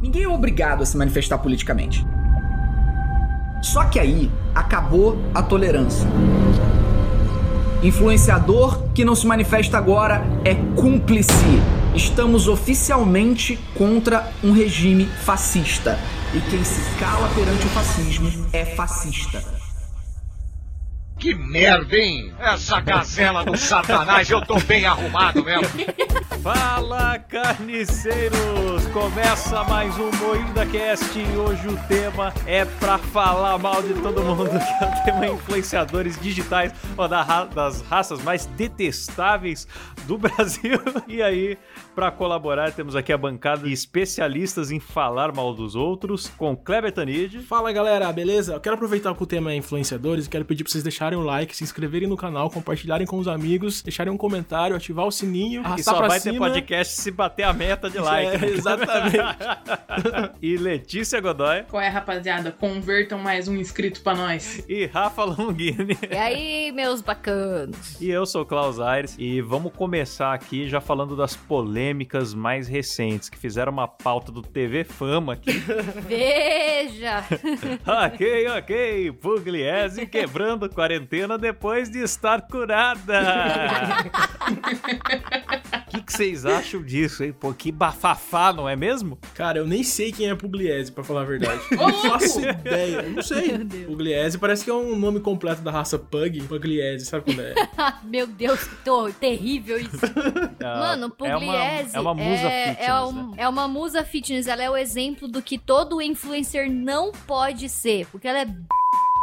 Ninguém é obrigado a se manifestar politicamente. Só que aí acabou a tolerância. Influenciador que não se manifesta agora é cúmplice. Estamos oficialmente contra um regime fascista. E quem se cala perante o fascismo é fascista. Que merda, hein? Essa gazela do satanás, eu tô bem arrumado mesmo. Fala, carniceiros! Começa mais um Moída Cast e hoje o tema é pra falar mal de todo mundo, que é o tema influenciadores digitais, uma da ra- das raças mais detestáveis do Brasil. E aí, pra colaborar, temos aqui a bancada de especialistas em falar mal dos outros, com Kleber Tanid, Fala galera, beleza? Eu quero aproveitar que o tema é influenciadores e quero pedir pra vocês deixarem o like, se inscreverem no canal, compartilharem com os amigos, deixarem um comentário, ativar o sininho, que arrastar Ah, só Ah, tá pra vai ter cima. né? podcast se bater a meta de like. né? É, exatamente. e Letícia Godoy Qual é, rapaziada? Convertam mais um inscrito pra nós. e Rafa Longini. E aí, meus bacanos? E eu sou o Klaus Aires e vamos começar aqui já falando das polêmicas mais recentes que fizeram uma pauta do TV Fama aqui. Veja! ok, ok, Pugliese quebrando quarentena depois de estar curada. O que que vocês acham disso, hein? Pô, que bafafá, não é mesmo? Cara, eu nem sei quem é Pugliese, pra falar a verdade. Ô, Não faço louco! ideia, eu não sei. Meu Deus. Pugliese parece que é um nome completo da raça Pug, Pugliese, sabe quando é? Ah, Meu Deus, que to- terrível isso. Mano, Pugliese Ah, É uma, é uma musa é, fitness, é né? um- é uma musa fitness. Ela é o exemplo do que todo influencer não pode ser. Porque ela é b...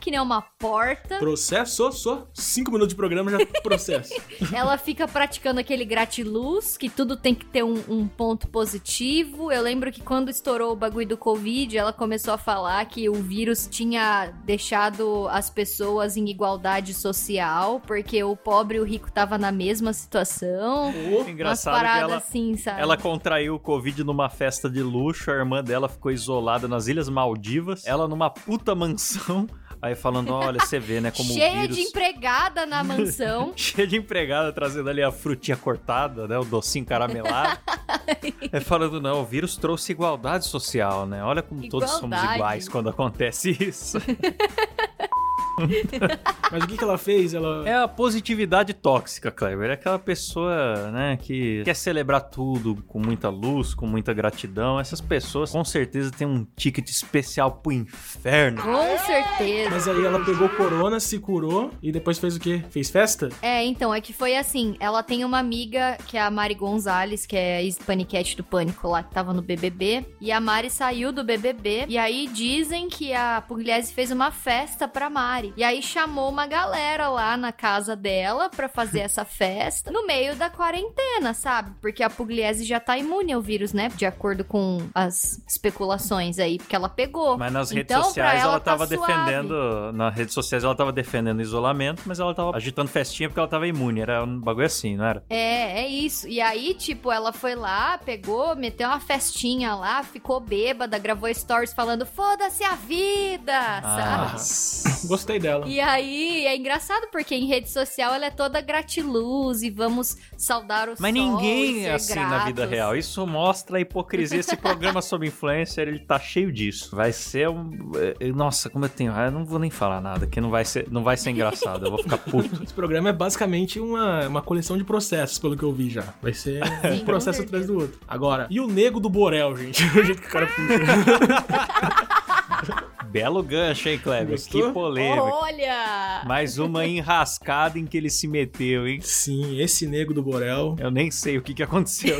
que nem uma porta. Processo, só cinco minutos de programa já processo. Ela fica praticando aquele gratiluz, que tudo tem que ter um, um ponto positivo. Eu lembro que quando estourou o bagulho do Covid, ela começou a falar que o vírus tinha deixado as pessoas em igualdade social, porque o pobre e o rico tava na mesma situação. Umas Hum, É Engraçado que paradas ela, assim, sabe? Ela contraiu o Covid numa festa de luxo, a irmã dela ficou isolada nas Ilhas Maldivas, ela numa puta mansão, aí falando, olha, você vê, né, como o Cheia vírus... de empregada na mansão. Cheia de empregada, trazendo ali a frutinha cortada, né, o docinho caramelado. é falando, não, o vírus trouxe igualdade social, né, olha como todos somos Igualdade. iguais quando acontece isso. Mas o que, que ela fez? Ela. É a positividade tóxica, Kleber. É aquela pessoa, né, que quer celebrar tudo com muita luz, com muita gratidão. Essas pessoas com certeza têm um ticket especial pro inferno. Com certeza. Mas aí ela pegou corona, se curou e depois fez o quê? Fez festa? É, então, é que foi assim, ela tem uma amiga, que é a Mari Gonzalez, que é a ex-paniquete do Pânico lá, que tava no BBB, e a Mari saiu do BBB, e aí dizem que a Pugliese fez uma festa pra Mari, e aí chamou uma galera lá na casa dela pra fazer essa festa, no meio da quarentena, sabe? Porque a Pugliese já tá imune ao vírus, né? De acordo com as especulações aí, porque ela pegou. Mas nas redes Então, pra sociais ela, tá tava suave. defendendo. Nas redes sociais ela tava defendendo o isolamento, mas ela tava agitando festinha porque ela tava imune. Era um bagulho assim, não era? É, é isso. E aí, tipo, ela foi lá, pegou, meteu uma festinha lá, ficou bêbada, gravou stories falando foda-se a vida, Ah. sabe? Gostei dela. E aí, é engraçado porque em rede social ela é toda gratiluz e vamos saudar o Mas sol ninguém e é ser assim na vida gratos. real. Isso mostra a hipocrisia. Esse programa sobre influencer, ele tá cheio disso. Vai ser um. eh, Nossa, como eu tenho. Ah, eu não vou nem falar nada, que não vai ser, não vai ser engraçado. Eu vou ficar puto. Esse programa é basicamente uma, uma coleção de processos, pelo que eu vi já. Vai ser Sim, um processo com atrás do outro. Agora, e o nego do Borel, gente? o jeito que o cara puxa. Belo gancho, hein, Kleber? Gostou? Que polêmica. Olha! Oh. Mais uma enrascada em que ele se meteu, hein? Sim, esse nego do Borel. Eu nem sei o que, que aconteceu.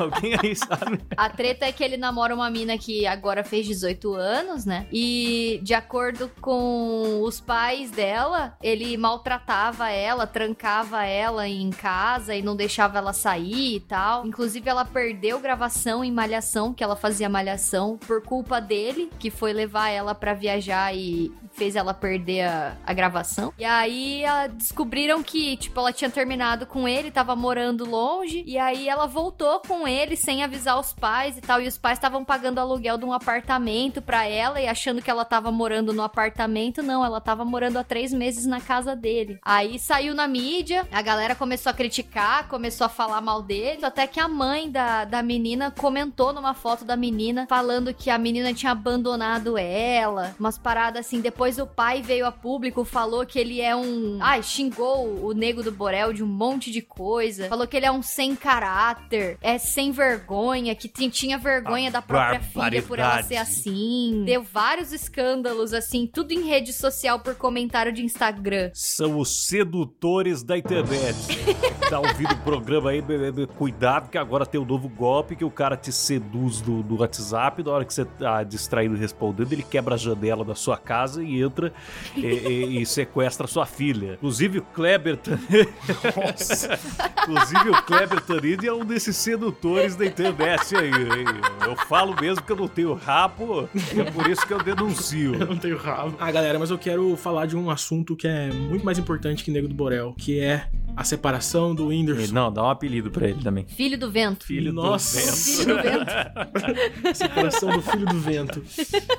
Alguém aí sabe? A treta é que ele namora uma mina que agora fez 18 anos, né? E de acordo com os pais dela, ele maltratava ela, trancava ela em casa e não deixava ela sair e tal. Inclusive, ela perdeu gravação em Malhação, que ela fazia Malhação, por culpa dele, que foi levar ela pra viajar e fez ela perder a, a gravação. E aí a- descobriram que, tipo, ela tinha terminado com ele, tava morando longe, e aí ela voltou com venderam ele sem avisar os pais e tal. E os pais estavam pagando aluguel de um apartamento pra ela e achando que ela tava morando no apartamento. Não, ela tava morando há três meses na casa dele. Aí saiu na mídia, a galera começou a criticar, começou a falar mal dele. Até que a mãe da, da menina comentou numa foto da menina falando que a menina tinha abandonado ela. Umas paradas assim. Depois o pai veio a público, falou que ele é um. Ai, xingou o nego do Borel de um monte de coisa. Falou que ele é um sem caráter, é sem vergonha, que tin- tinha vergonha A da própria filha por ela barbaridade. ser assim. Deu vários escândalos, assim, tudo em rede social por comentário de Instagram. São os sedutores da internet. tá ouvindo o programa aí? be- be- be- Cuidado que agora tem um novo golpe que o cara te seduz do, do WhatsApp. Na hora que você tá distraído respondendo, ele quebra a janela da sua casa e entra e, e- e sequestra sua filha. Inclusive o Kleber... Tan- Inclusive o Kleber Tanid é um desses sedutores da internet aí. hein? Eu falo mesmo que eu não tenho rabo, é por isso que eu denuncio. Eu não tenho rabo. Ah, galera, mas eu quero falar de um assunto que é muito mais importante que Nego do Borel, que é a separação do E Whindersson. Não, dá um apelido pra ele também. Filho do vento. é Filho do Nossa. Filho do vento. A separação do filho do vento.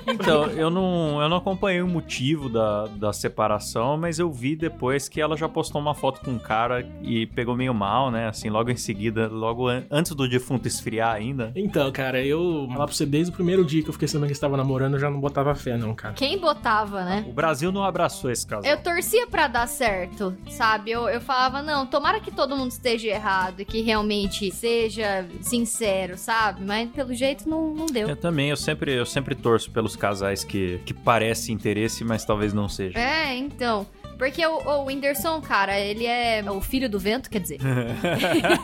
Então, eu não, eu não acompanhei o motivo da, da separação, mas eu vi depois que ela já postou uma foto com um cara e pegou meio mal, né? Assim, logo em seguida, logo an- antes do defunto esfriar ainda. Então, cara, eu falar pra você desde o primeiro dia que eu fiquei sabendo que estava namorando, eu já não botava fé, não, cara. Quem botava, né? O Brasil não abraçou esse casal. Eu torcia pra dar certo, sabe? Eu, eu falava, não, tomara que todo mundo esteja errado e que realmente seja sincero, sabe? Mas pelo jeito não, não deu. Eu também, eu sempre, eu sempre torço pelos casais que, que parecem interesse, mas talvez não seja. É, então. Porque o, o Whindersson, cara, ele é o filho do vento, quer dizer.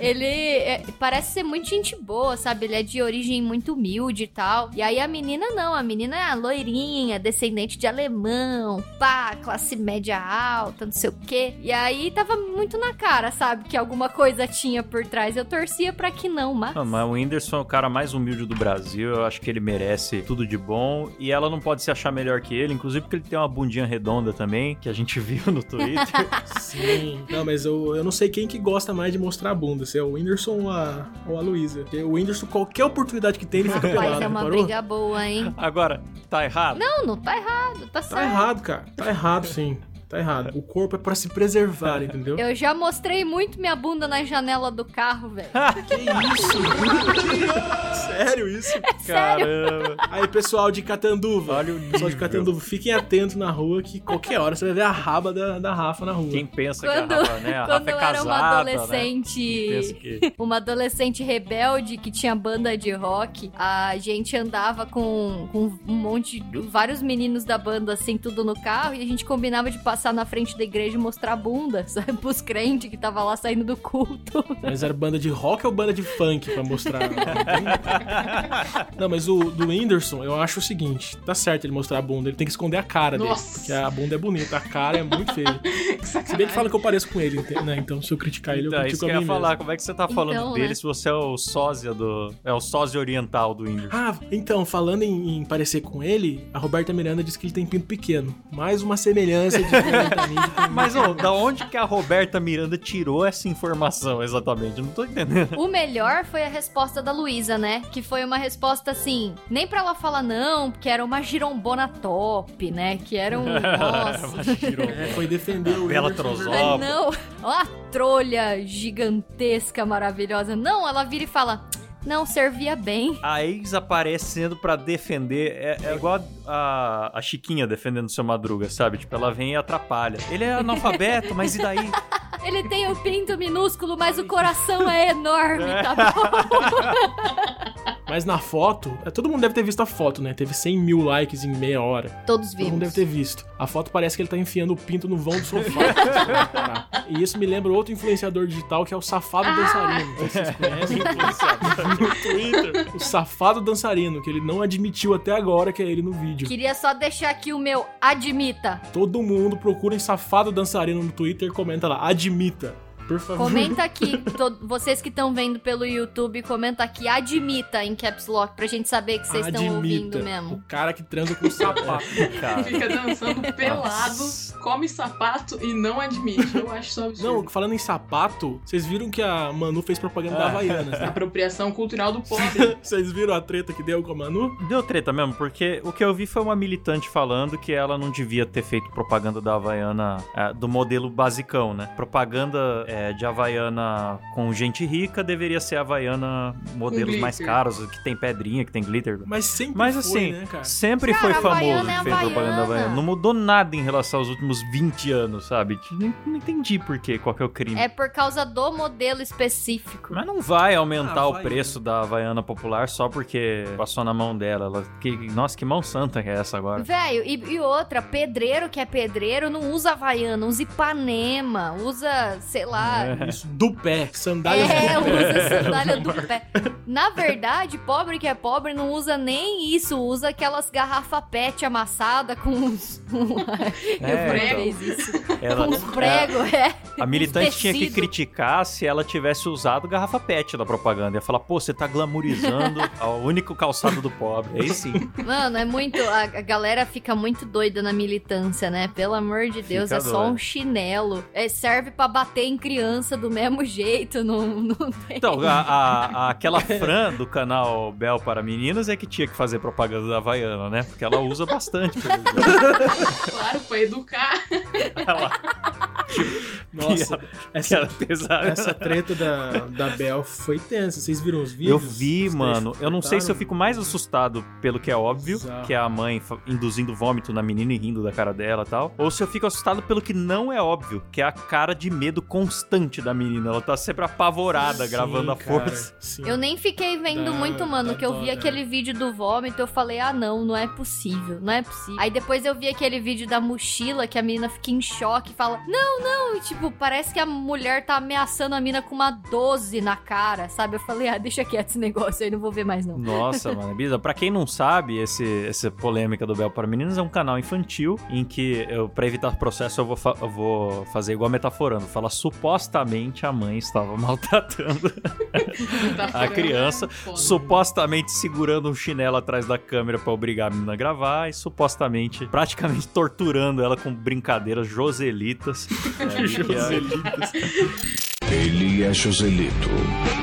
ele é- parece ser muito gente boa, sabe? Ele é de origem muito humilde e tal. E aí a menina não, a menina é a loirinha, descendente de alemão, pá, classe média alta, não sei o quê. E aí tava muito na cara, sabe? Que alguma coisa tinha por trás. Eu torcia pra que não, mas. Ah, Não, mas o Whindersson é o cara mais humilde do Brasil, eu acho que ele merece tudo de bom. E ela não pode se achar melhor que ele, inclusive porque ele tem uma bundinha redonda também, que a gente viu no Twitter. Sim. Não, mas eu, eu não sei quem que gosta mais de mostrar a bunda, se é o Whindersson ou a, ou a Luísa. Porque o Whindersson, qualquer oportunidade que tem, ele fica Rapaz, pelado, é uma reparou? briga boa, hein? Agora, tá errado? Não, não tá errado, tá Tá certo. errado, cara. Tá errado, sim. Tá errado. O corpo é pra se preservar, entendeu? Eu já mostrei muito minha bunda na janela do carro, velho. Que isso? Sério isso? Sério? Caramba. Aí, pessoal de Catanduva. Olha o Pessoal de nível. Catanduva, fiquem atentos na rua que qualquer hora você vai ver a raba da, da Rafa na rua. Quem pensa Quando- que a Rafa, né? A Quando Rafa é eu casada, era né? uma Quem pensa adolescente, que... uma adolescente rebelde que tinha banda de rock, a gente andava com, com um monte, vários meninos da banda assim, tudo no carro, e a gente combinava de passar na frente da igreja e mostrar a bunda, sabe? Pros crentes que tava lá saindo do culto. Mas era banda de rock ou banda de funk pra mostrar? não, mas o do Whindersson, eu acho o seguinte: tá certo ele mostrar a bunda, ele tem que esconder a cara dele. Nossa. Porque a bunda é bonita, a cara é muito feia. Que sacanagem. Se bem que fala que eu pareço com ele, ente- né? Então se eu criticar ele, eu Então, é isso critico que eu ia a mim falar. Como é que você tá falando Então, dele né? se você é o sósia do... É o sósia oriental do Whindersson? Ah, então, falando em, em parecer com ele, a Roberta Miranda diz que ele tem pinto pequeno. Mais uma semelhança de Roberta Miranda com- Mas, ô, da onde que a Roberta Miranda tirou essa informação exatamente? Eu não tô entendendo. O melhor foi a resposta da Luísa, né? Que foi uma resposta assim, nem pra ela falar não, porque era uma girombona top, né? Que era um. Nossa. Tirou. É, foi defender o Bela Whindersson. trozó. Mas não, ó a trolha gigantesca, maravilhosa. Não, ela vira e fala, não, servia bem. A ex aparecendo pra defender. É, é igual a, a Chiquinha defendendo seu Madruga, sabe? Tipo, ela vem e atrapalha. Ele é analfabeto, mas e daí? Ele tem o pinto minúsculo, mas o coração é enorme, tá bom? Mas na foto, é, todo mundo deve ter visto a foto, né? Teve 100 mil likes em meia hora. Todos Todo mundo deve vimos. ter visto. A foto parece que ele tá enfiando o pinto no vão do sofá. e isso me lembra outro influenciador digital que é o Safado Ah! Dançarino. Vocês É, conhecem? o Safado Dançarino, que ele não admitiu até agora que é ele no vídeo. Queria só deixar aqui o meu admita. Todo mundo procura em Safado Dançarino no Twitter e comenta lá, admita. por favor. Comenta aqui, to- vocês que estão vendo pelo YouTube, comenta aqui, admita em caps lock pra gente saber que vocês estão ouvindo mesmo. O cara que transa com sapato. Cara. Fica dançando pelado, come sapato e não admite. Eu acho só absurdo. Não, falando em sapato, vocês viram que a Manu fez propaganda Ah. da Havaianas, né? Apropriação cultural do pobre. Vocês viram a treta que deu com a Manu? Deu treta mesmo, porque o que eu vi foi uma militante falando que ela não devia ter feito propaganda da Havaiana ah, do modelo basicão, né? Propaganda eh, de Havaiana com gente rica deveria ser Havaiana modelos mais glitter. caros, que tem pedrinha, que tem glitter. Mas sempre Mas foi, assim, né, cara? sempre Cara, foi famoso Havaiana é que fez propaganda da Havaiana. Havaiana. Não mudou nada em relação aos últimos 20 anos, sabe? Não, não entendi por quê, qual que é o crime. É por causa do modelo específico. Mas não vai aumentar Ah, o vai, preço da Havaiana popular só porque passou na mão dela. Ela- que- nossa, que mão santa que é essa agora? Velho, e, e outra, pedreiro que é pedreiro não usa Havaiana, usa Ipanema, usa, sei lá, Isso, do pé, sandália É, do pé. usa sandália do pé. Na verdade, pobre que é pobre não usa nem isso, usa aquelas garrafa pet amassada com uns. um É, eu então. fiz isso. Ela- com uns pregos, é. a militante tinha que tecido. criticar se ela tivesse usado garrafa pet da propaganda. Ia falar, pô, você tá glamourizando o único calçado do pobre. Aí sim. Mano, é muito. A, a galera fica muito doida na militância, né? Pelo amor de Deus, Fica é só doida. um chinelo. É, serve pra bater em criança do mesmo jeito. Não, não tem. Então, a- a- a- aquela Fran do canal Bel para Meninas é que tinha que fazer propaganda da Havaiana, né? Porque ela usa bastante. pelo jeito. Claro, pra educar. Ela, Nossa, que essa, ela é pesada. essa treta da, da Bel foi tensa. Vocês viram os vídeos? Eu vi, Os mano. trechos Eu não sei se eu cortaram? fico mais assustado pelo que é óbvio, Bizarro. que é a mãe fa- induzindo vômito na menina e rindo da cara dela e tal, ou se eu fico assustado pelo que não é óbvio, que é a cara de medo constante da menina. Ela tá sempre apavorada Sim, gravando a cara, força. sim. Eu nem fiquei vendo Dá- muito, dá mano, tá que eu dó, vi né? aquele vídeo do vômito, eu falei, ah, não, não é possível, não é possível. Aí depois eu vi aquele vídeo da mochila, que a menina fica em choque e fala, não, não, e, tipo, parece que a mulher tá ameaçando a mina com uma 12 na cara, sabe? Eu falei, ah, deixa quieto esse negócio aí, não vou ver mais não. Nossa, mano, Bisa, pra quem não sabe, esse, essa polêmica do Bel para Meninas é um canal infantil em que, eu, pra evitar processo, eu vou, fa- eu vou fazer igual a metaforando, falar supostamente a mãe estava maltratando Tá A criança foda. supostamente segurando um chinelo atrás da câmera pra obrigar a menina a gravar e supostamente praticamente torturando ela com brincadeiras joselitas. É, que é- Ele é Joselito,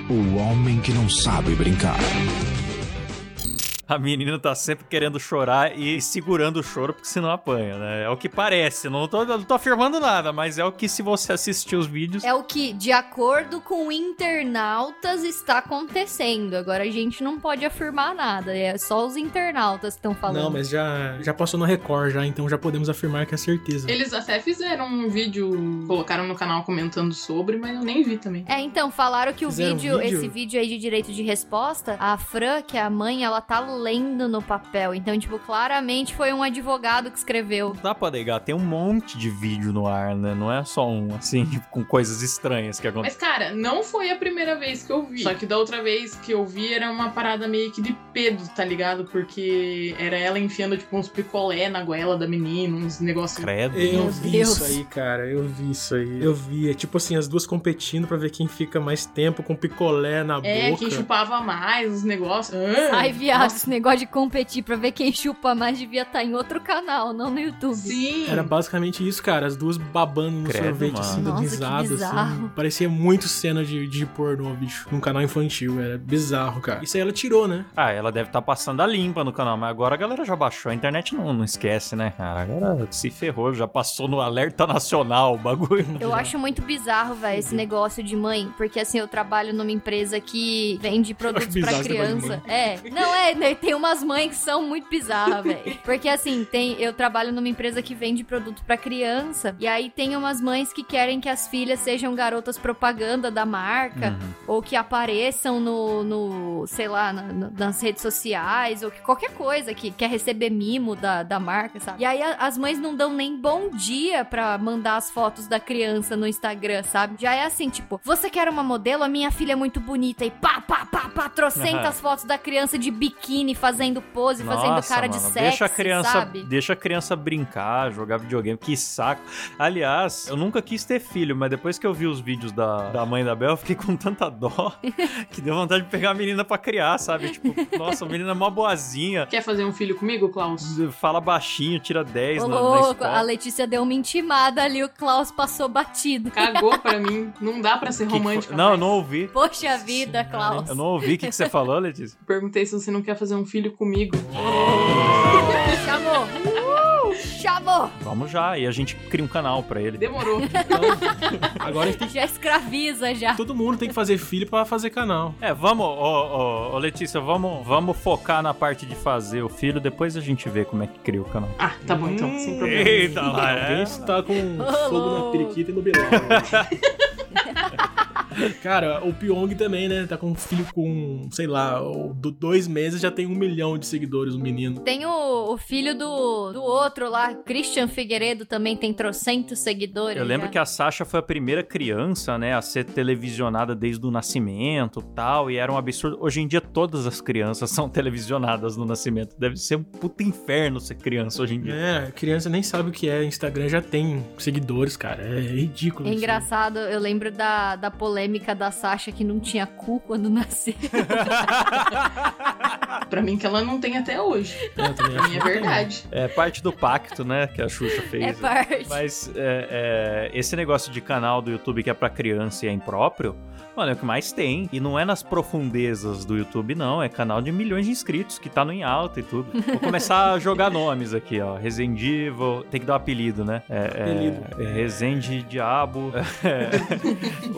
o homem que não sabe brincar. a menina tá sempre querendo chorar e segurando o choro porque senão apanha, né? É o que parece. Não tô, não tô afirmando nada, mas é o que se você assistir os vídeos. É o que, de acordo com internautas, está acontecendo. Agora a gente não pode afirmar nada, é só os internautas que estão falando. Não, mas já, já passou no Record, já, então já podemos afirmar que é certeza. Eles até fizeram um vídeo, colocaram no canal comentando sobre, mas eu nem vi também. É, então, falaram que o Fizeram um vídeo, vídeo? esse vídeo aí de direito de resposta, a Fran, que é a mãe, ela tá lendo no papel. Então, tipo, claramente foi um advogado que escreveu. Não dá pra negar, tem um monte de vídeo no ar, né? Não é só um, assim, tipo, com coisas estranhas que acontecem. Mas, cara, não foi a primeira vez que eu vi. Só que da outra vez que eu vi era uma parada meio que de pedo, tá ligado? Porque era ela enfiando, tipo, uns picolé na goela da menina, uns negócios. Credo. Eu Meu vi Deus. isso aí, cara. Eu vi isso aí. Eu vi. É tipo assim, as duas competindo pra ver quem fica mais tempo com picolé na É, boca. quem chupava mais, os negócios. Ah, Ai, viado, esse negócio de competir pra ver quem chupa mais devia estar em outro canal, não no YouTube. Sim. Era basicamente isso, cara. As duas babando no Credo, sorvete, mano. assim, dando Nossa, que risada, assim. bizarro. Parecia muito cena de, de pornô, bicho. Num canal infantil, era bizarro, cara. Isso aí ela tirou, né? Ah, ela deve estar passando a limpa no canal, mas agora a galera já baixou, a internet não, não esquece, né, cara? Agora se ferrou, já passou no alerta nacional o Uhum. bagulho. Eu acho muito bizarro, velho, esse negócio de mãe, porque assim, eu trabalho numa empresa que vende produtos bizarro pra esse negócio de criança. É. Não, é, né, tem umas mães que são muito bizarras, velho. Porque assim, tem, eu trabalho numa empresa que vende produto pra criança, e aí tem umas mães que querem que as filhas sejam garotas propaganda da marca, ou que apareçam no, no sei lá, na- na- nas redes sociais, ou que qualquer coisa que quer receber mimo da, da marca, sabe? E aí a- as mães não dão nem bom dia pra mandar as fotos da criança no Instagram, sabe? Já é assim, tipo, você quer uma modelo? A minha filha é muito bonita. E pá, pá, pá, pá, trocentas Aham. fotos da criança de biquíni biquíni, fazendo pose, fazendo Nossa, cara de mano, sexy, deixa a criança, sabe? Deixa a criança brincar, jogar videogame, que saco. Aliás, eu nunca quis ter filho, mas depois que eu vi os vídeos da, da mãe da Bel, eu fiquei com tanta dó que deu vontade de pegar a menina pra criar, sabe? Tipo, nossa, a menina é mó boazinha. Quer fazer um filho comigo, Klaus? Fala baixinho, tira 10 Ô, na, na louco, escola. a Letícia deu uma intimada ali, o Klaus passou batido. Cagou pra mim. Não dá pra ser Que que romântico. foi? não, eu não ouvi. Poxa vida, Klaus. Eu não ouvi o que, que você falou, Letícia. Perguntei se você não quer fazer um filho comigo. Chamou. Chamou. Vamos já, e a gente cria um canal pra ele. Demorou. Agora a gente tem que. Já escraviza já. Todo mundo tem que fazer filho pra fazer canal. É, vamos, ô, ô, ô, Letícia, vamos, vamos focar na parte de fazer o filho, depois a gente vê como é que cria o canal. Ah, tá bom então, sem problema. hum, Eita, lá, Alguém é. está com fogo louco. na periquita e no belau. Cara, o Pyong também, né? Tá com um filho com, sei lá, o- do dois meses já tem um milhão de seguidores, o menino. Tem o, o filho do, do outro lá, Christian Figueiredo, também tem trocentos seguidores. né? Eu lembro já. que a Sasha foi a primeira criança, né, a ser televisionada desde o nascimento tal, e era um absurdo. Hoje em dia todas as crianças são televisionadas no nascimento. Deve ser um puta inferno ser criança hoje em dia. É, criança nem sabe o que é Instagram, já tem seguidores, cara. É ridículo. É né? isso. engraçado, eu lembro da, da polêmica da Sasha que não tinha cu quando nasceu. Pra mim que ela não tem até hoje. É, eu também Pra acho mim que é não tem. verdade. É parte do pacto, né, que a Xuxa fez. É parte. Mas é, é, esse negócio de canal do YouTube que é pra criança e é impróprio, mano, é o que mais tem. E não é nas profundezas do YouTube, não. É canal de milhões de inscritos que tá no em alta e tudo. Vou começar a jogar nomes aqui, ó. Resendível. Tem que dar um apelido, né? É, Apelido. É, Resende Diabo.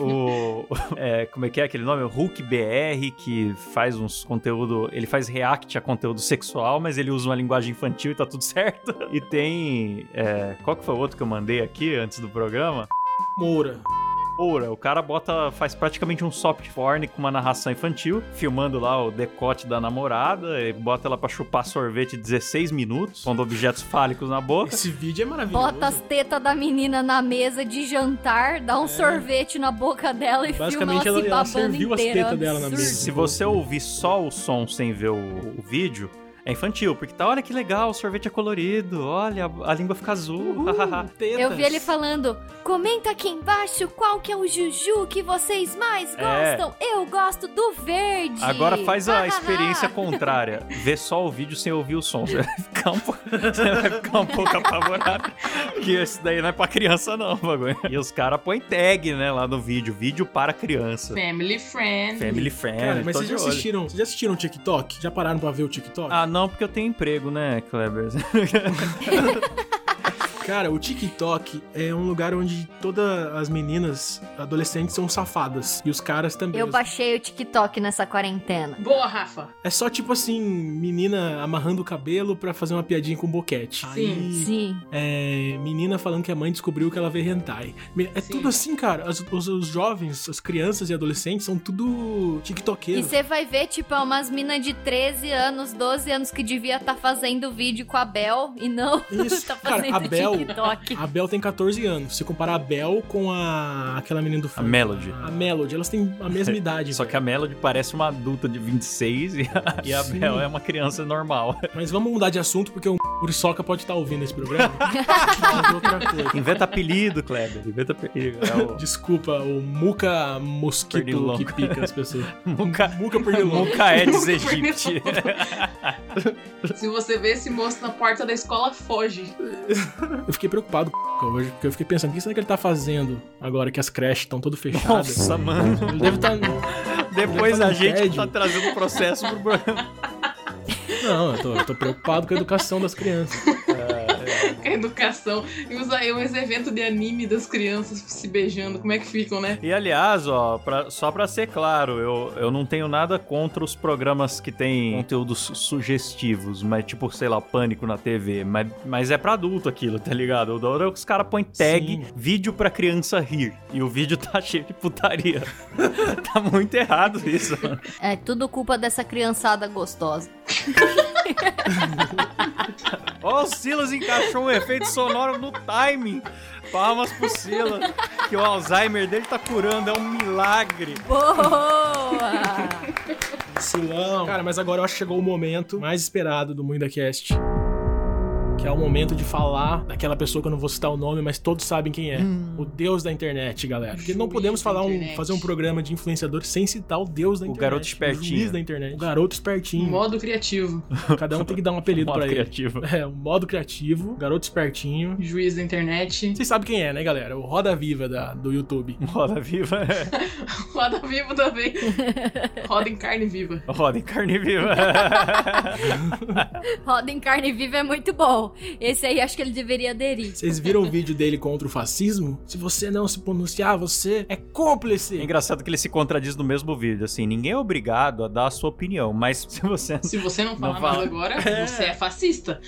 É, o, é, como é que é aquele nome? O Hulk BR, que faz uns conteúdo. Ele faz react a conteúdo sexual, mas ele usa uma linguagem infantil e tá tudo certo. E tem. é, qual que foi o outro que eu mandei aqui antes do programa? Moura. Oura, o cara bota, faz praticamente um soft porn com uma narração infantil, filmando lá o decote da namorada, e bota ela pra chupar sorvete 16 minutos, pondo objetos fálicos na boca. Esse vídeo é maravilhoso. Bota as tetas da menina na mesa de jantar, dá um sorvete na boca dela e filma É. ela Basicamente, se ela- babando ela serviu as inteira. tetas dela na Absurdo. mesa. Se você ouvir só o som sem ver o, o vídeo, é infantil, porque tá, olha que legal, o sorvete é colorido, olha, a, a língua fica azul, hahaha. Eu vi ele falando, comenta aqui embaixo qual que é o Juju que vocês mais É. gostam. Eu gosto do verde. Agora faz a Ah, experiência ah, contrária. Vê só o vídeo sem ouvir o som. Você vai ficar um, po- você vai ficar um pouco apavorado. Que esse daí não é pra criança, não, bagulho. E os caras põem tag, né, lá no vídeo. Vídeo para criança. Family friend. Family friend. Cara, mas tô vocês de já, olho. assistiram, vocês já assistiram o TikTok? Já pararam pra ver o TikTok? Ah, não, porque eu tenho emprego, né, Kleber? Cara, o TikTok é um lugar onde todas as meninas adolescentes são safadas. E os caras também. Eu baixei o TikTok nessa quarentena. Boa, Rafa. É só tipo assim, menina amarrando o cabelo pra fazer uma piadinha com boquete. Sim. Aí, Sim. é, menina falando que a mãe descobriu que ela vê hentai. Me- É Sim. tudo assim, cara. As- os, os jovens, as crianças e adolescentes são tudo E tiktokeiro. você vai ver, tipo, é umas minas de 13 anos, 12 anos que devia estar fazendo vídeo com a Bel e não Isso. tá Cara, fazendo a Bel- TikTok. A Bel tem 14 anos. Se comparar a Bel com a aquela menina do A filme. Melody. A Melody, elas têm a mesma idade. Só que a Melody parece uma adulta de 26 e a, e a Sim. Bel é uma criança normal. Mas vamos mudar de assunto, porque o Muriçoca pode estar ouvindo esse programa. Mas outra coisa. Inventa apelido, Kleber. Inventa apelido. É Desculpa, o Muca Mosquito Pernilongo. que pica as pessoas. o Muca, Muca Pernilongo. Muca Edis Egipte. Se você vê esse moço na porta da escola, foge. Eu fiquei preocupado com o Muca hoje, porque eu fiquei pensando, o que será que ele tá fazendo agora que as creches estão todas fechadas? Nossa, mano. Ele deve tá- estar... Depois Tá a no gente tédio. tá trazendo processo pro programa. Não, eu tô, eu tô preocupado com a educação das crianças. Com a É educação. E usa aí uns eventos de anime das crianças se beijando. Como é que ficam, né? E aliás, ó, pra- só pra ser claro, eu, eu não tenho nada contra os programas que têm conteúdos su- sugestivos, mas tipo, sei lá, pânico na TV. Mas, mas é pra adulto aquilo, tá ligado? O da hora é que os caras põem tag Sim. vídeo pra criança rir. E o vídeo tá cheio de putaria. tá muito errado isso. mano. É tudo culpa dessa criançada gostosa. Ó, o Silas encaixou um efeito sonoro no timing. Palmas pro Silas, que o Alzheimer dele tá curando, é um milagre. Boa! vacilão. Cara, mas agora eu acho que chegou o momento mais esperado do MuidaCast. Que é o momento de falar daquela pessoa que eu não vou citar o nome, mas todos sabem quem é. O deus da internet, galera. Porque não Juiz podemos da falar um, Hum. internet. fazer um programa de influenciador sem citar o deus da O internet. garoto O juiz espertinho. da internet. O garoto espertinho. Um Modo criativo. Cada um tem que dar um apelido Modo pra ele. criativo. É, o modo criativo, garoto espertinho. Juiz da internet. Vocês sabem quem é, né, galera? O Roda Viva da- do YouTube. Roda viva. Roda vivo também. Roda em carne viva. Roda em carne viva. Roda em carne viva é muito bom. Esse aí acho que ele deveria aderir. Vocês viram o vídeo dele contra o fascismo? Se você não se pronunciar, você é É cúmplice. engraçado que ele se contradiz no mesmo vídeo, assim, ninguém é obrigado a dar a sua opinião, mas se você... Se você não falar Não fala. nada agora, você é fascista.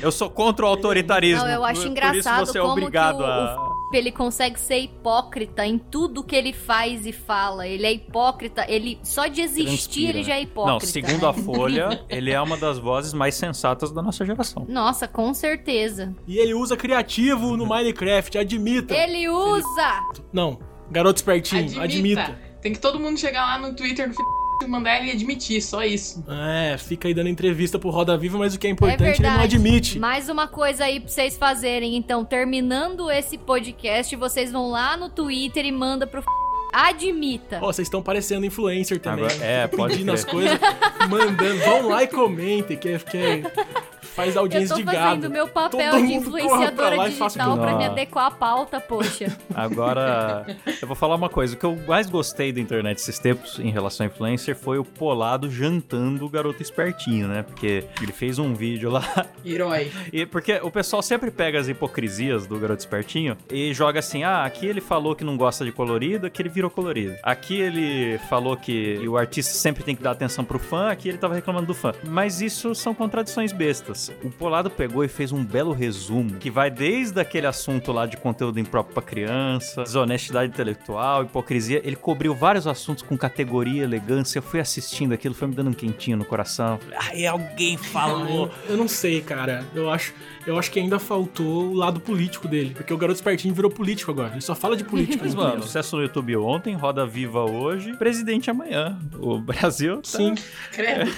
Eu sou contra o autoritarismo. Não, eu acho por- Por engraçado isso você é como obrigado que o- a... Ele consegue ser hipócrita em tudo que ele faz e fala. Ele é hipócrita, ele só de existir Transpira, ele né? já é hipócrita. Não, segundo a né? Folha, ele é uma das vozes mais sensatas da nossa geração. Nossa, com certeza. E ele usa criativo no Minecraft, admita. Ele usa! Não, garoto espertinho, admita. Tem que todo mundo chegar lá no Twitter do e mandar ele admitir, só isso. É, fica aí dando entrevista pro Roda Viva, mas o que é importante ele não verdade. admite. Mais uma coisa aí pra vocês fazerem. Então, terminando esse podcast, vocês vão lá no Twitter e manda pro f... Admita. Ó, vocês estão parecendo influencer também. Agora- é, Fica pode pedindo crer. as coisas, mandando. Vão lá e comentem, que é, que é- faz Eu audiência tô de fazendo gado. meu papel Todo de mundo corra pra influenciadora lá e faça digital pra me Ah. adequar à pauta, poxa. Agora, eu vou falar uma coisa. O que eu mais gostei da internet esses tempos em relação a influencer foi o Polado jantando o garoto espertinho, né? Porque ele fez um vídeo lá. Herói. E porque o pessoal sempre pega as hipocrisias do garoto espertinho e joga assim: ah, aqui ele falou que não gosta de colorido, aqui ele virou colorido. Aqui ele falou que o artista sempre tem que dar atenção pro fã, aqui ele tava reclamando do fã. Mas isso são contradições bestas. O Polado pegou e fez um belo resumo que vai desde aquele assunto lá de conteúdo impróprio pra criança, desonestidade intelectual, hipocrisia. Ele cobriu vários assuntos com categoria, elegância. Eu fui assistindo aquilo, foi me dando um quentinho no coração. Ai, alguém falou. Eu não sei, cara. Eu acho, eu acho que ainda faltou o lado político dele. Porque o garoto espertinho virou político agora. Ele só fala de política. né? Mas, mano, sucesso no YouTube ontem, Roda Viva hoje, presidente amanhã. O Brasil tá, Sim. Credo.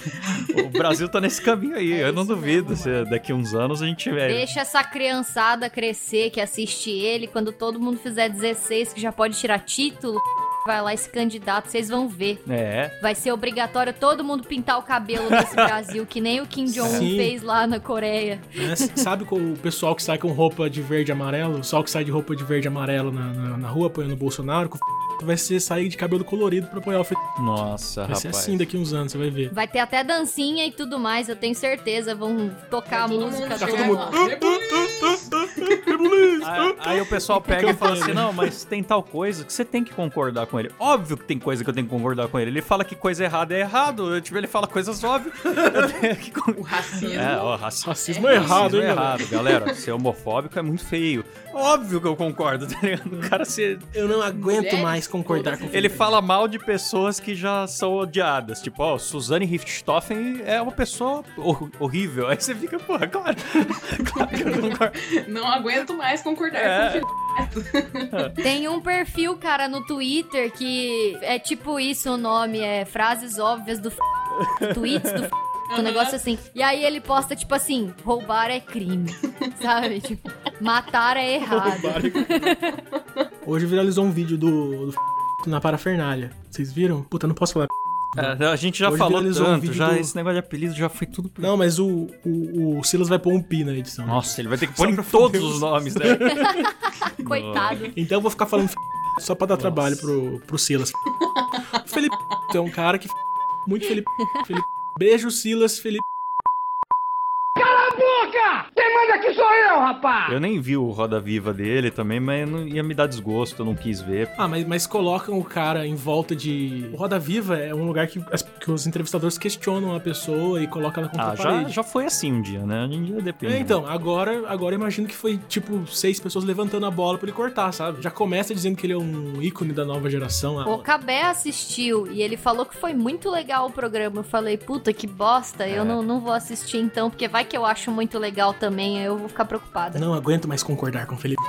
o Brasil tá nesse caminho aí. É eu não isso duvido mesmo, se mano. daqui uns anos a gente tiver. Deixa essa criançada crescer que assiste ele. Quando todo mundo fizer 16, que já pode tirar título, vai lá esse candidato, vocês vão ver. É, Vai ser obrigatório todo mundo pintar o cabelo nesse Brasil, que nem o Kim Jong-un Sim. fez lá na Coreia. né? Sabe com o pessoal que sai com roupa de verde e amarelo? O pessoal que sai de roupa de verde e amarelo na, na, na rua apoiando o Bolsonaro? Com o f... Vai ser sair de cabelo colorido pra apoiar o f... nossa, Vai rapaz. ser assim daqui uns anos, você vai ver. Vai ter até dancinha e tudo mais, eu tenho certeza. Vão tocar a tá Todo mundo música chegar do- todo mundo- lá. Depois- Ah, Aí, aí o pessoal pega e fala assim: não, mas tem tal coisa que você tem que concordar com ele. Óbvio que tem coisa que eu tenho que concordar com ele. Ele fala que coisa errada é errado. Eu, tipo, ele fala coisas óbvias. Eu tenho que con- O racismo. É, ó, racismo. Racismo é errado, Racismo hein, é galera? errado, galera. Ser homofóbico é muito feio. Óbvio que eu concordo, tá ligado? O cara se, Eu não aguento Mulheres, mais concordar com o Ele fala mal de pessoas que já são odiadas. Tipo, ó, Suzane Richthofen é uma pessoa hor- horrível. Aí você fica, porra, claro. claro que eu não concordo. Não aguento mais concordar É. com o filho. Tem um perfil, cara, no Twitter que é tipo isso o nome, é frases óbvias do f... tweets do f... Um negócio assim. E aí ele posta, tipo assim, roubar é crime. Sabe? Tipo, matar é errado. Hoje viralizou um vídeo do, do f... na parafernália. Vocês viram? Puta, eu não posso falar. É, a gente já Hoje falou viralizou um tanto, vídeo já, do- esse negócio de apelido já foi tudo... Não, mas o, o, o Silas vai pôr um pi na edição. Nossa, ele vai ter que Só pôr em pra todos foder os os- nomes, né? Coitado. Então eu vou ficar falando f... só pra dar trabalho pro, pro Silas. Felipe é um cara que f... muito Felipe. Felipe. Beijo, Silas, Felipe. Eu nem vi o Roda Viva dele também, mas não ia me dar desgosto, eu não quis ver. Ah, mas, mas colocam o cara em volta de. O Roda Viva é um lugar que, as- que os entrevistadores questionam a pessoa e colocam ela contra Ah, a já, parede. já foi assim um dia, né? Hoje em dia depende. É, então, agora, agora eu imagino que foi tipo seis pessoas levantando a bola pra ele cortar, sabe? Já começa dizendo que ele é um ícone da nova geração. ah, O Cabé assistiu e ele falou que foi muito legal o programa. Eu falei, puta que bosta, eu não, não vou assistir então, porque vai que eu acho muito legal também, aí eu vou ficar preocupada. Não aguento mais concordar com o Felipe.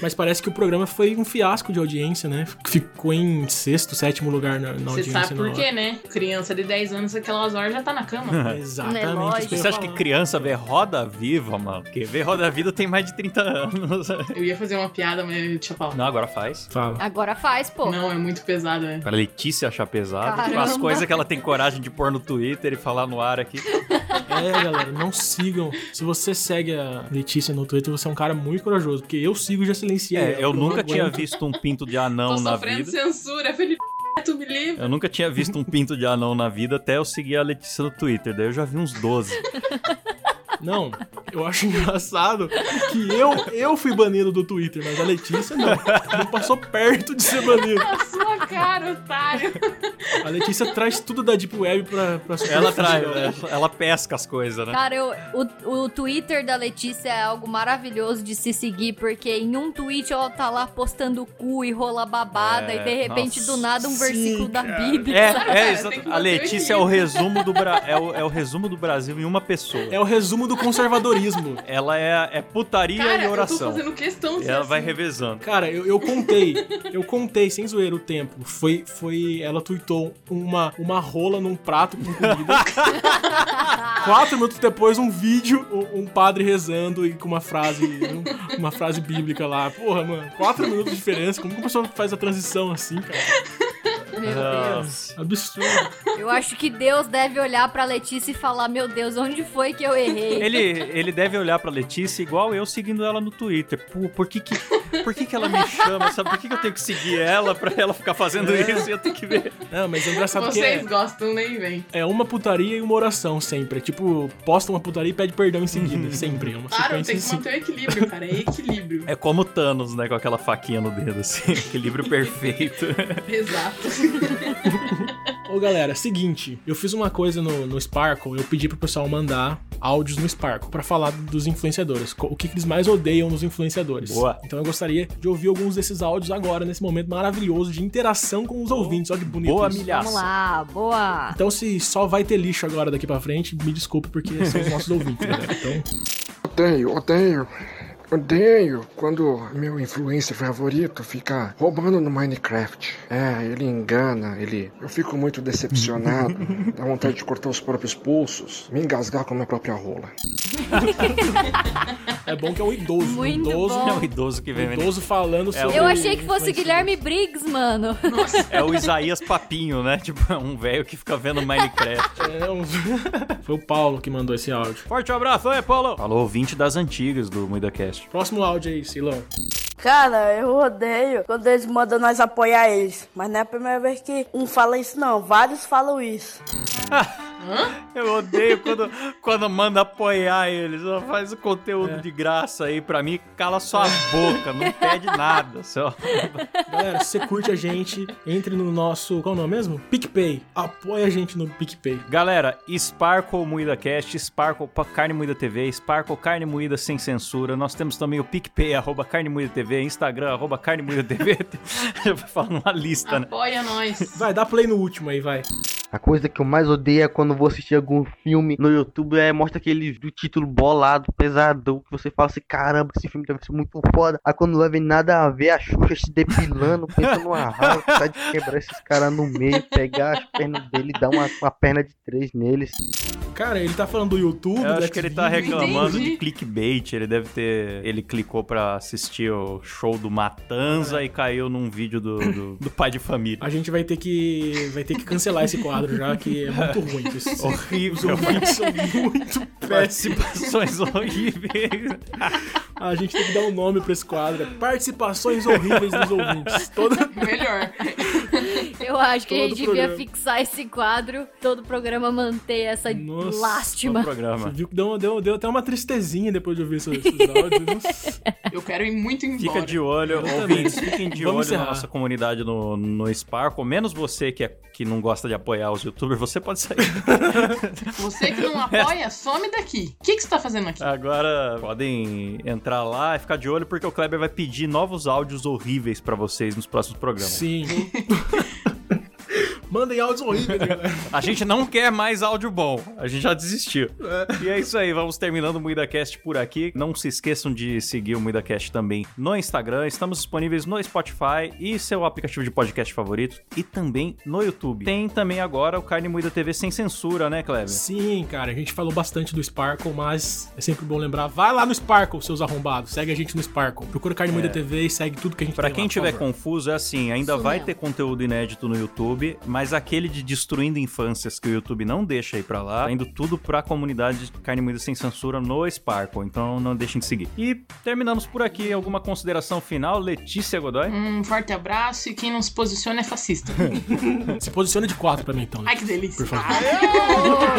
Mas parece que o programa foi um fiasco de audiência, né? Ficou em sexto, sétimo lugar na, na Você audiência. sabe por na quê, né? Criança de 10 anos, aquelas horas já tá na cama. hora. Exatamente. Né, É lógico. isso eu ia Você acha que falar. criança vê Roda Viva, mano? Porque vê Roda Viva tem mais de 30 anos. Eu ia fazer uma piada, mas deixa eu falar. Não, agora faz. Fala. Agora faz, pô. Não, é muito pesado, né? Pra Letícia achar pesado. Tipo, Caramba. as coisas que ela tem coragem de pôr no Twitter e falar no ar aqui. É, galera, não sigam. Se você segue a Letícia no Twitter, você é um cara muito corajoso. Porque eu sigo e já silenciei. É, ela, eu porque nunca não tinha aguento. visto um pinto de Tô anão na sofrendo vida. censura, Felipe. Tu me livra. Eu nunca tinha visto um pinto de anão na vida até eu seguir a Letícia no Twitter. Daí eu já vi uns 12. Não, eu acho engraçado que eu, eu fui banido do Twitter, mas a Letícia não. Não passou perto de ser banido. A sua cara, otário. A Letícia traz tudo da Deep Web pra, pra Ela superfície. traz, é. ela- ela pesca as coisas, Tá, né? Cara, eu- o, o Twitter da Letícia é algo maravilhoso de se seguir, porque em um tweet ela tá lá postando cu e rola babada, É, e de repente, nossa, do nada, um sim, versículo da Bíblia. É, Cara, é, tem exato. que um A manter o Letícia é o resumo do Bra... é, o, é o resumo do Brasil em uma pessoa. É o resumo do conservadorismo. Ela é, é putaria Cara, e eu tô oração. fazendo questão de E ela assim. vai revezando. Cara, eu, eu contei, eu contei, sem zoeira, o tempo. Foi, foi, ela tweetou uma, uma rola num prato com comida. Quatro minutos depois, um vídeo, um, um padre rezando e com uma frase, um- uma frase bíblica lá. Porra, mano, quatro minutos de diferença. Como que a pessoa faz a transição assim, cara? Meu Ah, Deus. Absurdo. Eu acho que Deus deve olhar pra Letícia e falar: Meu Deus, onde foi que eu errei? Ele, ele deve olhar pra Letícia igual eu seguindo ela no Twitter. Pô, por que que, por que, que ela me chama? Sabe por que, que eu tenho que seguir ela pra ela ficar fazendo isso? E eu tenho que ver. Não, mas é engraçado que é, Vocês gostam, nem vem. é uma putaria e uma oração sempre. É tipo, posta uma putaria e pede perdão em seguida. Sempre. É uma Uhum. Claro, sequência tem em que seguida. manter o equilíbrio, cara. É equilíbrio. É como o Thanos, né? Com aquela faquinha no dedo, assim. Equilíbrio perfeito. Exato. Ô galera, seguinte, eu fiz uma coisa no, no Sparkle, eu pedi pro pessoal mandar áudios no Sparkle pra falar dos influenciadores, co- o que, que eles mais odeiam nos influenciadores. Boa. Então eu gostaria de ouvir alguns desses áudios agora, nesse momento maravilhoso de interação com os ouvintes. Olha que bonito. Boa isso. Vamos milhaça. lá, boa. Então se só vai ter lixo agora daqui pra frente, me desculpe porque são os nossos ouvintes, galera. Então, Odeio, odeio. Odeio quando meu influencer favorito fica roubando no Minecraft. É, ele engana, ele. Eu fico muito decepcionado. Dá vontade de cortar os próprios pulsos, me engasgar com a minha própria rola. é bom que é um idoso. Muito um idoso, bom. É o idoso que vem. um idoso falando sobre... Eu achei que fosse influenciador. Guilherme Briggs, mano. É o Isaías Papinho, né? Tipo, é um velho que fica vendo Minecraft. É, um- Foi o Paulo que mandou esse áudio. Forte abraço, é, Paulo? Falou ouvinte das antigas do MuidaCast. Próximo áudio aí, Silão. Cara, eu odeio quando eles mandam nós apoiar eles. Mas não é a primeira vez que um fala isso, não. Vários falam isso. Eu odeio quando, quando manda apoiar eles. Só faz o conteúdo de graça aí pra mim. Cala sua boca, não pede nada. Só. Galera, se você curte a gente, entre no nosso. Qual o nome mesmo? PicPay. Apoia a gente no PicPay. Galera, Sparkle Moída Cast, Sparkle Pa- Carne Moída TV, Sparkle Carne Moída Sem Censura. Nós temos também o PicPay, arroba Carne Moída TV, Instagram, arroba Carne Moída TV. Eu vou falar uma lista, né? Apoia nós. Vai, dá play no último aí, vai. A coisa que eu mais odeio é quando vou assistir algum filme no YouTube é mostra aquele do título bolado, pesadão, que você fala assim, caramba, esse filme deve ser muito foda. Aí quando não leva em nada a ver, a Xuxa se depilando, pensa numa raiva, tá de quebrar esses caras no meio, pegar as pernas dele e dar uma, uma perna de três neles. Cara, ele tá falando do YouTube. Eu do acho que ele tá Xvideos. reclamando Entendi. de clickbait. Ele deve ter. Ele clicou pra assistir o show do Matanza e caiu num vídeo do, do, do pai de família. A gente vai ter que. Vai ter que cancelar esse quadro já, que é muito ruim. Esses Oh. os Horrível. ouvintes são muito péssimos. Participações horríveis. A gente tem que dar um nome pra esse quadro. é Participações horríveis dos ouvintes. Todo... Melhor. Eu acho que a Todo gente devia programa. fixar esse quadro, todo programa manter essa Nossa, No lástima. Você programa. viu que deu, deu, deu até uma tristezinha depois de ouvir esses, esses áudios. Nossa. Eu quero ir muito embora. Fica de olho, Eu ouvintes, fiquem de Vamos olho encerrar. na nossa comunidade no, no Sparkle. Menos você que, é, que não gosta de apoiar os youtubers, você pode sair. Você que não apoia, some daqui. O que, que você tá fazendo aqui? Agora podem entrar lá e ficar de olho, porque o Kleber vai pedir novos áudios horríveis pra vocês nos próximos programas. Sim. Mandem áudios horríveis, galera. A gente não quer mais áudio bom. A gente já desistiu. E é isso aí, vamos terminando o MuidaCast por aqui. Não se esqueçam de seguir o MuidaCast também no Instagram. Estamos disponíveis no Spotify e seu aplicativo de podcast favorito e também no YouTube. Tem também agora o Carne Moída TV sem censura, né, Kleber? Sim, cara, a gente falou bastante do Sparkle, mas é sempre bom lembrar. Vai lá no Sparkle, seus arrombados. Segue a gente no Sparkle. Procura Carne Moída É. TV e segue tudo que a gente Pra tem quem lá, por tiver favor. confuso, é assim, ainda Isso vai mesmo. ter conteúdo inédito no YouTube, mas aquele de destruindo infâncias que o YouTube não deixa aí pra lá, tá indo tudo pra comunidade de carne moída sem censura no Sparkle, então não deixem de seguir. E terminamos por aqui, alguma consideração final, Letícia Godoy? Hum. Um forte abraço e quem não se posiciona é fascista. Se posiciona de quatro pra mim, então. Ai, que delícia. Por Ah, favor.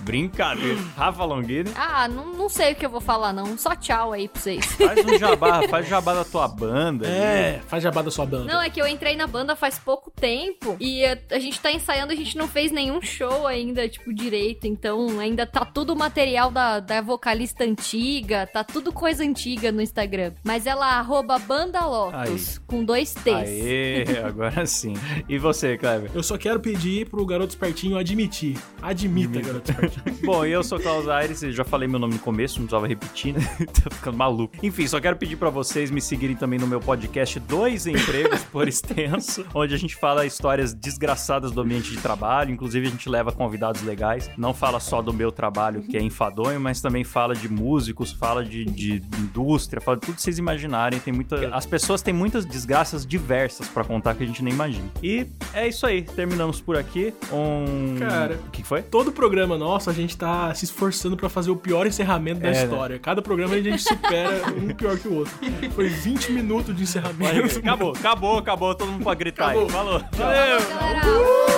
Brincadeira. Rafa Longini, Ah, não, não sei o que eu vou falar, não. Só tchau aí pra vocês. faz um jabá, faz jabá da tua banda. É, faz jabá da sua banda. Não, é que eu entrei na banda faz pouco tempo e a, a gente tá ensaiando, a gente não fez nenhum show ainda, tipo, direito. Então ainda tá tudo o material da, da vocalista antiga, tá tudo coisa antiga no Instagram. Mas ela arroba banda Lotus, Aí. com dois T's. Aê, agora sim. E você, Kleber? Eu só quero pedir pro garoto espertinho admitir. Admita, garoto espertinho. Bom, e eu sou o Klaus Aires, eu já falei meu nome no começo, não precisava repetir, né? Tô ficando maluco. Enfim, só quero pedir pra vocês me seguirem também no meu podcast Dois Empregos por Extenso, onde a gente fala histórias desgraçadas do ambiente de trabalho, inclusive a gente leva convidados legais, não fala só do meu trabalho, que é enfadonho, mas também fala de músicos, fala de, de indústria, fala de tudo que vocês imaginarem, tem muita... As pessoas têm muitas desgraças diversas pra contar que a gente nem imagina. E é isso aí, terminamos por aqui. Um... Cara, O que que foi? Todo programa nosso, a gente tá se esforçando pra fazer o pior encerramento da É, né? história. Cada programa a gente supera um pior que o outro. Foi 20 minutos de encerramento. Acabou, acabou, acabou. Todo mundo pode gritar Acabou. aí. Falou. Valeu. Galera,